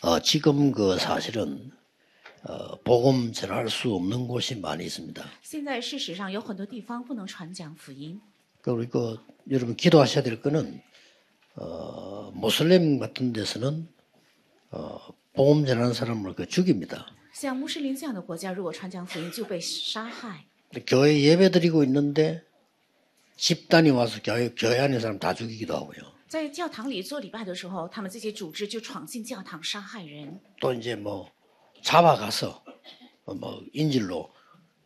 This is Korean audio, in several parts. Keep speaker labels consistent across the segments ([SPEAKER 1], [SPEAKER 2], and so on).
[SPEAKER 1] 어, 지금 그 사실은 어, 복음 전할 수 없는 곳이 많이 있습니다.
[SPEAKER 2] 现在事实上有很多地方不能传讲福音，
[SPEAKER 1] 그리고 여러분 기도하셔야 될 거는 어, 모슬림 같은 데서는 어, 복음 전하는 사람을 그 죽입니다.
[SPEAKER 2] 像穆斯林这样的国家，如果传讲福音就被杀害。
[SPEAKER 1] 근데 교회 예배 드리고 있는데 집단이 와서 교회, 교회 안에 사람 다 죽이기도 하고요.
[SPEAKER 2] 在教堂里做礼拜的时候，他们这些组织就闯进教堂杀害人，
[SPEAKER 1] 또 이제 뭐 잡아가서 어, 뭐 인질로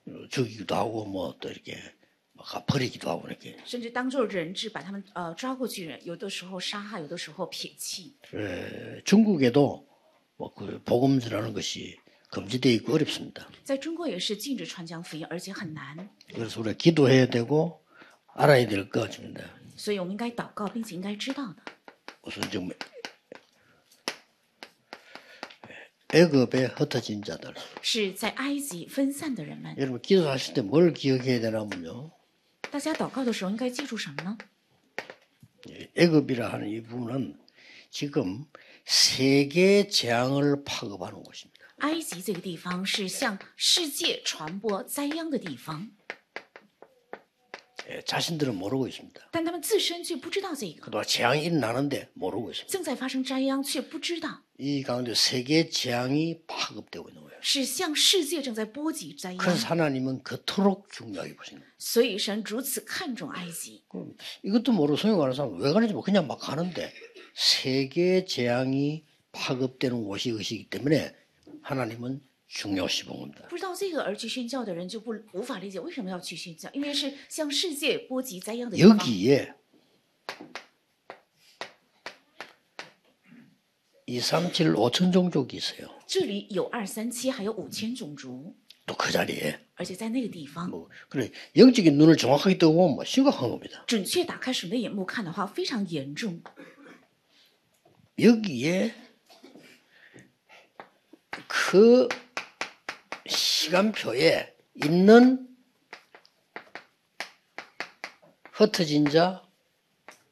[SPEAKER 1] 어, 죽이기도 하고 뭐 또 이렇게 막 버리기도 하고 이렇게
[SPEAKER 2] 甚至当做人质把他们呃抓过去，有的时候杀害，有的时候撇弃。
[SPEAKER 1] 에, 중국에도 뭐그 복음 전하는 것이 금지되어 있고 어렵습니다.
[SPEAKER 2] 在中国也是禁止传讲福音，而且很难，
[SPEAKER 1] 그래서 우리가 기도해야 되고 알아야 될 것입니다.
[SPEAKER 2] 所以我们应该祷告，并且应该知道的。
[SPEAKER 1] 우선 좀 애급에 흩어진 자들.
[SPEAKER 2] 是在埃及分散的人们，
[SPEAKER 1] 여러분 기도하실 때 뭘 기억해야 되냐면요.
[SPEAKER 2] 大家祷告的时候应该记住什么呢？
[SPEAKER 1] 애급이라 하는 이 부분은 지금 세계 재앙을 파급하는 곳입니다.
[SPEAKER 2] 埃及这个地方是向世界传播灾殃的地方，
[SPEAKER 1] 예, 자신들은 모르고 있습니다.
[SPEAKER 2] 但他们自身却不知道这个，
[SPEAKER 1] 그동안 재앙이 일어나는데 모르고 있습니다.
[SPEAKER 2] 正在发生灾殃却不知道，
[SPEAKER 1] 이 가운데 세계 재앙이 파급되고 있는 거예요.
[SPEAKER 2] 是向世界正在波及灾殃。
[SPEAKER 1] 그래서 하나님은 그토록 중요하게 보시는 거예요.
[SPEAKER 2] 所以神如此看重埃及，
[SPEAKER 1] 그럼 이것도 모르고 성형하는 사람은 왜 가는지 모르고 그냥 막 가는데 세계 재앙이 파급되는 곳이 것이기 때문에 하나님은 중요시 본 겁니다.
[SPEAKER 2] 不知道这个而去宣教的人就不无法理解为什么要去宣教，因为是向世界波及灾殃的地方。
[SPEAKER 1] 여기에 2, 3, 7, 5천 종족이 있어요.
[SPEAKER 2] 这里有二三七，还有五千种族，
[SPEAKER 1] 또 그 자리에.
[SPEAKER 2] 而且在那个地方，
[SPEAKER 1] 뭐 그래 영적인 눈을 정확하게 뜨고 보면 뭐 심각한 겁니다.
[SPEAKER 2] 准确打开神的眼目看的话，非常严重。
[SPEAKER 1] 여기에 그 시간표에 있는 흩어진 자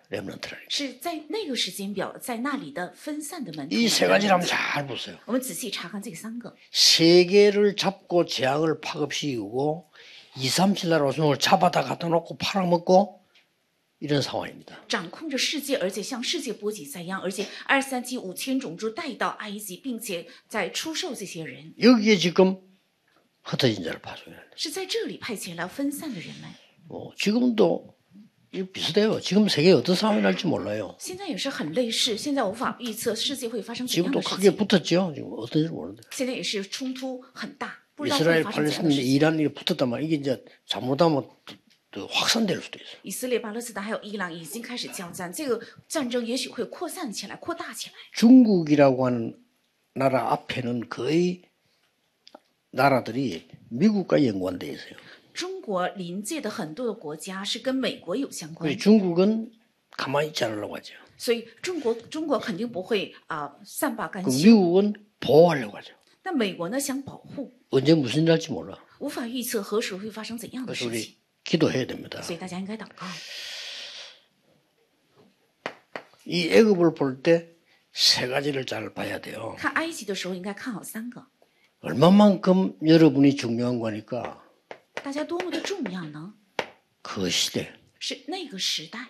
[SPEAKER 1] 렘넌트라는
[SPEAKER 2] 是在那个时间表，在那里的分散的门徒。
[SPEAKER 1] 이세 가지를 한번 잘 보세요.
[SPEAKER 2] 我们仔细查看这三个，
[SPEAKER 1] 세 개를 잡고 재앙을 파급시키고 2, 3, 7날 오순을 잡아다 갖다 놓고 팔아먹고 이런 상황입니다.
[SPEAKER 2] 掌控着世界，而且向世界波及灾殃，而且二三七五千种猪带到埃及，并且在出售这些人，
[SPEAKER 1] 여기에 지금 흩어진 자를 파송해요.
[SPEAKER 2] 是在这里派遣来分散的人们。
[SPEAKER 1] 뭐 지금도 이 비슷해요. 지금 세계 어떤 상황이 날지 몰라요.
[SPEAKER 2] 现在也是很类似，现在无法预测世界会发生怎样
[SPEAKER 1] 지금도
[SPEAKER 2] 的事
[SPEAKER 1] 크게
[SPEAKER 2] 情。
[SPEAKER 1] 붙었죠. 지금 어떤지 모르는데.
[SPEAKER 2] 现在也是冲突很大，不知道会
[SPEAKER 1] 이스라엘,
[SPEAKER 2] 发生怎样的
[SPEAKER 1] 팔레스타인,
[SPEAKER 2] 事情。
[SPEAKER 1] 이란 이게 붙었단 말이에요. 이게 이제 잘못하면 또- 또 확산될 수도 있어요.
[SPEAKER 2] 以色列、巴勒斯坦还有伊朗已经开始交战，这个战争也许会扩散起来、扩大起来。
[SPEAKER 1] 중국이라고 하는 나라 앞에는 거의 나라들이 미국과 연관돼 있어요.
[SPEAKER 2] 中国临界的很多的国家是跟美国有相关
[SPEAKER 1] 근데 ， 중국은 가만히 있지 않으려고 하죠.
[SPEAKER 2] 所以中国中国肯定不会啊、善罢甘
[SPEAKER 1] 그
[SPEAKER 2] 休。
[SPEAKER 1] 미국은 보호하려고 하죠.
[SPEAKER 2] 但美国呢想保护，
[SPEAKER 1] 언제 무슨 일 날지 몰라.
[SPEAKER 2] 无法预测何时会啊发生怎样的
[SPEAKER 1] 그래서
[SPEAKER 2] 事情
[SPEAKER 1] 우리 ， 기도해야 됩니다.
[SPEAKER 2] 所以大家应该祷告。
[SPEAKER 1] 이 애급을 볼 때 세 가지를 잘 봐야 돼요.
[SPEAKER 2] 看埃及的时候应该看好三个，
[SPEAKER 1] 얼마만큼 여러분이 중요한 거니까
[SPEAKER 2] 大家多么的重要呢？
[SPEAKER 1] 그 시대
[SPEAKER 2] 是那个时代，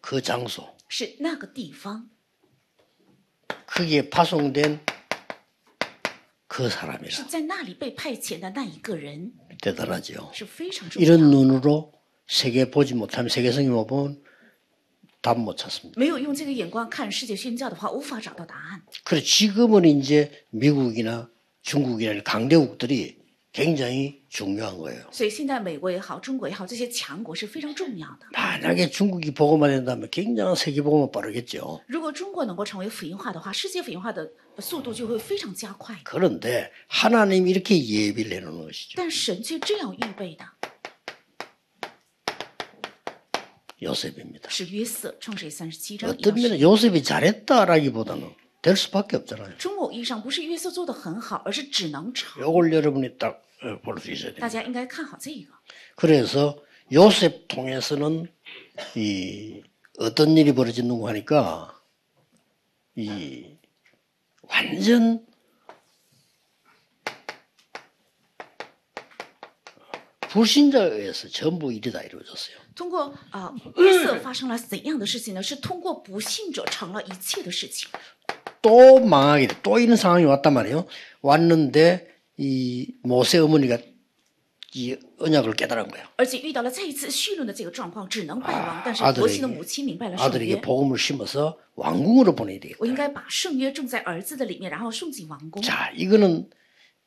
[SPEAKER 1] 그 장소
[SPEAKER 2] 是那个地方，
[SPEAKER 1] 거기에 파송된 그
[SPEAKER 2] 是
[SPEAKER 1] 사람이라
[SPEAKER 2] 在那里被派遣的那一个人，
[SPEAKER 1] 대단하지요
[SPEAKER 2] 是非常重要。
[SPEAKER 1] 이런 눈으로 세계 보지 못하면 세계성이 못 보면 답 못 찾습니다
[SPEAKER 2] 没有用这个眼光看世界宣教的话，无法找到答案。
[SPEAKER 1] 그래 지금은 이제 미국이나 중국이나 이 강대국들이 굉장히 중요한 거예요
[SPEAKER 2] 所以现在美国也好，中国也好，这些强国是非常重要的。
[SPEAKER 1] 만약에 중국이 보고만 된다면 굉장한 세계보고만 빠르겠죠
[SPEAKER 2] 如果中国能够成为福音化的话，世界福音化的速度就会非常加快。
[SPEAKER 1] 그런데 하나님이 이렇게 예비를 해놓는 것이죠
[SPEAKER 2] 但神却这样预备的
[SPEAKER 1] 요셉입니다
[SPEAKER 2] 是约瑟，创世记三十七章一到
[SPEAKER 1] 어떤
[SPEAKER 2] 十。
[SPEAKER 1] 면에 요셉이 잘했다라기보다는 될 수밖에 없잖아요.
[SPEAKER 2] 中国意义上不是约瑟做的很好，而是只能成。
[SPEAKER 1] 요걸 여러분이 딱 볼 수 있어야 돼요.
[SPEAKER 2] 大家应该看好这个。
[SPEAKER 1] 그래서 요셉 통해서는 이 어떤 일이 벌어졌는고 하니까 이 완전 불신자에 의해서 전부 일이 다 이루어졌어요.
[SPEAKER 2] 通过 啊、约瑟发生了怎样的事情呢？是通过不信者成了一切的事情。
[SPEAKER 1] 또 망하게 돼. 또 이런 상황이 왔단 말이에요. 왔는데 이 모세 어머니가 이 언약을 깨달은 거예요.
[SPEAKER 2] 而且遇到了再一次虚论的这个状况，只能败亡
[SPEAKER 1] 啊。
[SPEAKER 2] 但是
[SPEAKER 1] 阿德
[SPEAKER 2] 伯西
[SPEAKER 1] 里
[SPEAKER 2] 的母亲明白了圣
[SPEAKER 1] 아들에게
[SPEAKER 2] 约，
[SPEAKER 1] 복음을 심어서 왕궁으로 보내야 되겠다.
[SPEAKER 2] 我应该把圣约种在儿子的里面，然后送进王宫。
[SPEAKER 1] 자, 이거는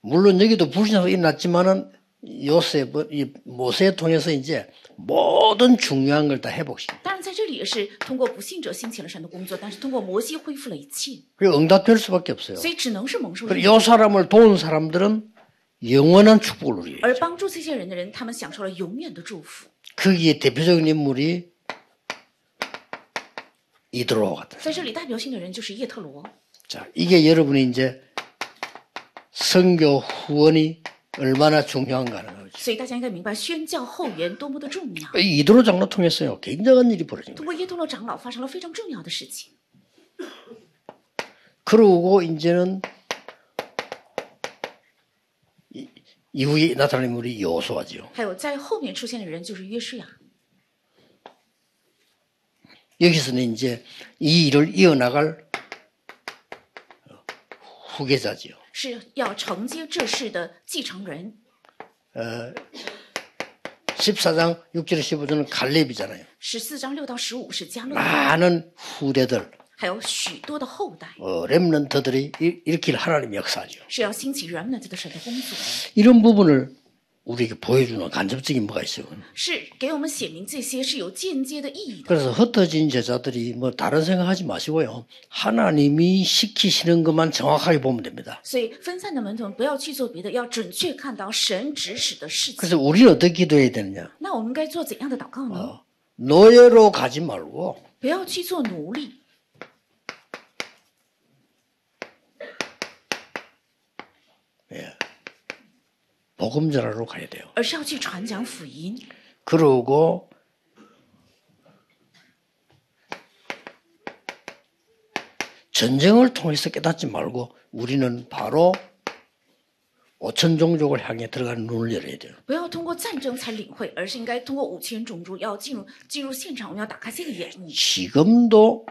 [SPEAKER 1] 물론 여기도 불신자가 일어났지만은 요셉, 이 모세 통해서 이제 모든 중요한 걸 다 회복시켜.
[SPEAKER 2] 当然，在这里也是通过不信者兴起了神的工作，但是通过摩西恢复了一切，
[SPEAKER 1] 그리고 응답될 수밖에 없어요.
[SPEAKER 2] 所以只能是蒙受
[SPEAKER 1] 그리고
[SPEAKER 2] 恩。
[SPEAKER 1] 요 사람을 도운 사람들은 영원한 축복을 누려요.
[SPEAKER 2] 而帮助这些人的人，他们享受了永远的祝福。
[SPEAKER 1] 거기에 대표적인 인물이 이드로 같은.
[SPEAKER 2] 在这里，代表性的人就是叶特罗。
[SPEAKER 1] 자, 이게 여러분이 이제 성교 후원이 얼마나 중요한가를 알죠.
[SPEAKER 2] 所以大家应该明白宣教后援多么的重要。
[SPEAKER 1] 이 이드로 장로 통해서요 굉장한 일이 벌어진 거예요.
[SPEAKER 2] 通过叶特罗长老发生了非常重要的事情。
[SPEAKER 1] 그러고 이제는 이- 이후에 나타난 인물이 여호수아지요.
[SPEAKER 2] 还有在后面出现的人就是约书亚，
[SPEAKER 1] 여기서는 이제 이 일을 이어나갈 후계자지요.
[SPEAKER 2] 是要承接这事的继承人。
[SPEAKER 1] 14장 6절에 15절은 갈렙이잖아요.
[SPEAKER 2] 十四章六到十五是加勒底，
[SPEAKER 1] 많은 후대들,
[SPEAKER 2] 还有许多的后代
[SPEAKER 1] 어, 렘넌트들이 일- 일으킬 하나님 역사죠.
[SPEAKER 2] 是要兴起 remnant 的神的工作，
[SPEAKER 1] 이런 부분을 우리에게 보여주는 간접적인 뭐가 있어요.
[SPEAKER 2] 是给我们写明这些是有间接的意义的。
[SPEAKER 1] 그래서 흩어진 제자들이 뭐 다른 생각하지 마시고요. 하나님이 시키시는 것만 정확하게 보면 됩니다.
[SPEAKER 2] 所以分散的门徒不要去做别的，要准确看到神指使的事情。
[SPEAKER 1] 그래서 우리는 어떻게 기도해야 되느냐?
[SPEAKER 2] 那我们该做怎样的祷告呢？
[SPEAKER 1] 노예로 가지 말고
[SPEAKER 2] 不要去做奴隶，
[SPEAKER 1] 복음 전하러 가야 돼요.
[SPEAKER 2] 而是要去传讲福音，
[SPEAKER 1] 그러고 전쟁을 통해서 깨닫지 말고 우리는 바로 오천 종족을 향해 들어가는 눈을 열어야 돼요.
[SPEAKER 2] 不要通过战争才领会，而是应该通过五千种族要进入进入现场，我们要打开这个眼。
[SPEAKER 1] 지금도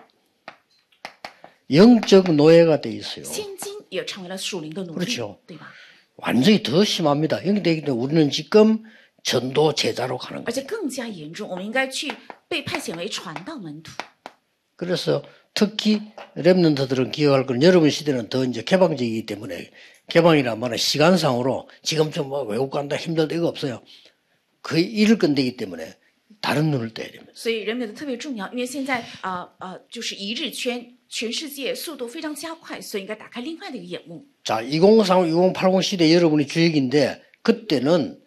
[SPEAKER 1] 영적 노예가 돼 있어요.
[SPEAKER 2] 现今也成为了属灵的奴
[SPEAKER 1] 그렇
[SPEAKER 2] 隶
[SPEAKER 1] 죠 ，
[SPEAKER 2] 对吧？
[SPEAKER 1] 완전히 더 심합니다. 영이 되기 때문에 우리는 지금 전도 제자로 가는
[SPEAKER 2] 而
[SPEAKER 1] 거예요.
[SPEAKER 2] 且更加严重，我们应该去被派遣为传道门徒。
[SPEAKER 1] 그래서 특히 랩런트들은 기억할 건 여러분 시대는 더 이제 개방적이기 때문에 개방이란 말은 시간상으로 지금처럼 뭐 외국 간다 힘들다 이거 없어요. 거의 잃을 건데기 때문에 다른 눈을 떠야 됩니다.
[SPEAKER 2] 所以人们的特别重要，因为现在啊啊、呃就是一日圈，全世界速度非常加快，所以应该打开另外的一个眼目。
[SPEAKER 1] 자, 2035, 2080 시대 여러분이 주역인데 그때는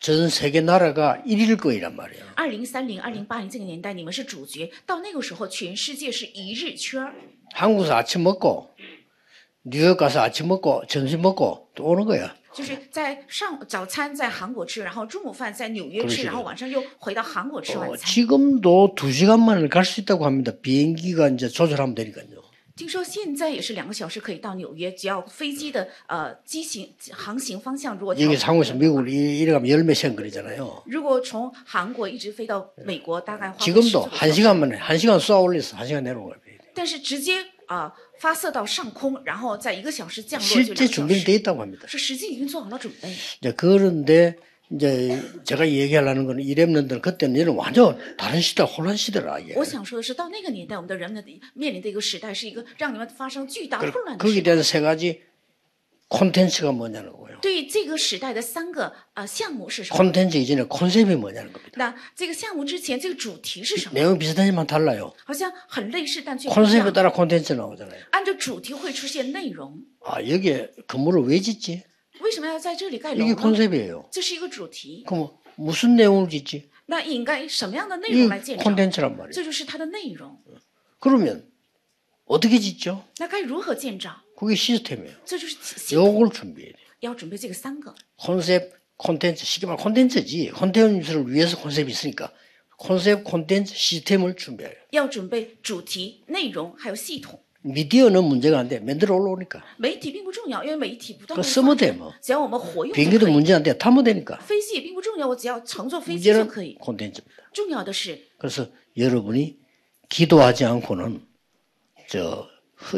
[SPEAKER 1] 전 세계 나라가 1위일 거이란 말이에요.
[SPEAKER 2] 二零三零、二零八零这个年代，你们是主角，到那个时候，全世界是一日圈儿，
[SPEAKER 1] 한국에서 아침 먹고 뉴욕 가서 아침 먹고 점심 먹고 또 오는 거야.
[SPEAKER 2] 就是在上早餐在韩国吃，然后中午饭在纽约
[SPEAKER 1] 不是
[SPEAKER 2] 吃，然哦后晚上又回到韩国吃
[SPEAKER 1] 어,
[SPEAKER 2] 晚餐。
[SPEAKER 1] 지금도 두 시간 만에 갈 수 있다고 합니다. 비행기가 이제 조절하면 되니까요.
[SPEAKER 2] 听说现在也是两个小时可以到纽约，只要飞机的呃机型航行方向如果调
[SPEAKER 1] 여기 상호에서 미국을 이- 이래가면 열몇 시간 걸리잖아요.
[SPEAKER 2] 如果从韩国一直飞到美国，大概花费10
[SPEAKER 1] 지금도
[SPEAKER 2] 左
[SPEAKER 1] 한
[SPEAKER 2] 右
[SPEAKER 1] 시간 만에 한 시간 쏘아 올려서 한 시간 내려온 거예요.
[SPEAKER 2] 但是直接啊、呃发射到上空，然后在一个小时降落就两
[SPEAKER 1] 실제
[SPEAKER 2] 个小时，
[SPEAKER 1] 준비돼 있다고 합니다.
[SPEAKER 2] 是实际已经做好了准备。
[SPEAKER 1] 이제 그런데 이제 제가 얘기하려는 거는 이랩런들 그때는 얘는 완전 다른 시대 혼란 시대라 이게.
[SPEAKER 2] 我想说的是，到那个年代，我们的人们的面临的一个时代，是一个让你们发生巨大混乱的时
[SPEAKER 1] 거기에
[SPEAKER 2] 代。
[SPEAKER 1] 대한 세 가지 콘텐츠가 뭐냐는 거예요.
[SPEAKER 2] 对于这个时代的三个呃项目是什么？
[SPEAKER 1] 콘텐츠 이전에 콘셉트이 뭐냐는 겁니다.
[SPEAKER 2] 那这个项目之前这个主题是什么？
[SPEAKER 1] 내용 비슷하지만 달라요.
[SPEAKER 2] 好像很类似，但却不一
[SPEAKER 1] 콘셉트에
[SPEAKER 2] 样。
[SPEAKER 1] 따라 콘텐츠 나오잖아요.
[SPEAKER 2] 按照主题会出现内容。
[SPEAKER 1] 아 여기에 건물을 왜 짓지?
[SPEAKER 2] 为什么要在这里盖
[SPEAKER 1] 이게
[SPEAKER 2] 楼呢？
[SPEAKER 1] 콘셉트예요.
[SPEAKER 2] 这是一个主题，
[SPEAKER 1] 그럼 무슨 내용을 짓지?
[SPEAKER 2] 那应该什么样的内容来
[SPEAKER 1] 이
[SPEAKER 2] 建造？
[SPEAKER 1] 콘텐츠란 말이에요.
[SPEAKER 2] 这就是它的内容。
[SPEAKER 1] 그러면 어떻게 짓죠?
[SPEAKER 2] 那该如何建造？
[SPEAKER 1] 그게 시스템이에요.
[SPEAKER 2] 这就是系统，
[SPEAKER 1] 요걸 준비해야 돼요.
[SPEAKER 2] 要准备这个三个。
[SPEAKER 1] 콘셉트, 콘텐츠, 쉽게 말하면 콘텐츠지. 콘텐츠를 위해서 콘셉트이 있으니까 콘셉트 콘텐츠 시스템을 준비해요.
[SPEAKER 2] 要准备主题、内容还有系统。
[SPEAKER 1] 미디어는 문제가 안 돼. 맨들어 올라오니까.
[SPEAKER 2] 媒体并不重要，因为媒体不断
[SPEAKER 1] 그
[SPEAKER 2] 地
[SPEAKER 1] 쓰면 돼 뭐.
[SPEAKER 2] 只要我们活用就
[SPEAKER 1] 비행기도
[SPEAKER 2] 可以。
[SPEAKER 1] 문제 안 돼. 타면 되니까.
[SPEAKER 2] 飞机也并不重要，我只要乘坐飞机就
[SPEAKER 1] 문제는
[SPEAKER 2] 可以。
[SPEAKER 1] 콘텐츠입니다.
[SPEAKER 2] 重要的是，
[SPEAKER 1] 그래서 여러분이 기도하지 않고는 저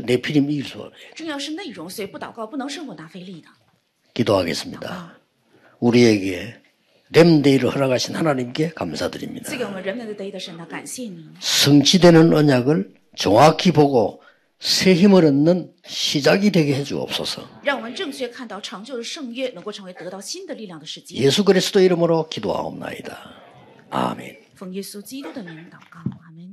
[SPEAKER 1] 내피림 이길 수 없어요.
[SPEAKER 2] 重要是内容，所以不祷告不能胜过拿非利的。
[SPEAKER 1] 기도하겠습니다. 우리에게 렘데이를 허락하신 하나님께
[SPEAKER 2] 赐
[SPEAKER 1] 감사드립니다.
[SPEAKER 2] 给我们人们的 day 的神呢，感谢您。
[SPEAKER 1] 성취되는 언약을 정확히 보고 새 힘을 얻는 시작이 되게 해주옵소서.
[SPEAKER 2] 让我们正确看到长久的圣约能够成为得到新的力量的时机。
[SPEAKER 1] 예수 그리스도 이름으로 기도하옵나이다. 아멘.
[SPEAKER 2] 奉耶稣基督的名祷告，阿门。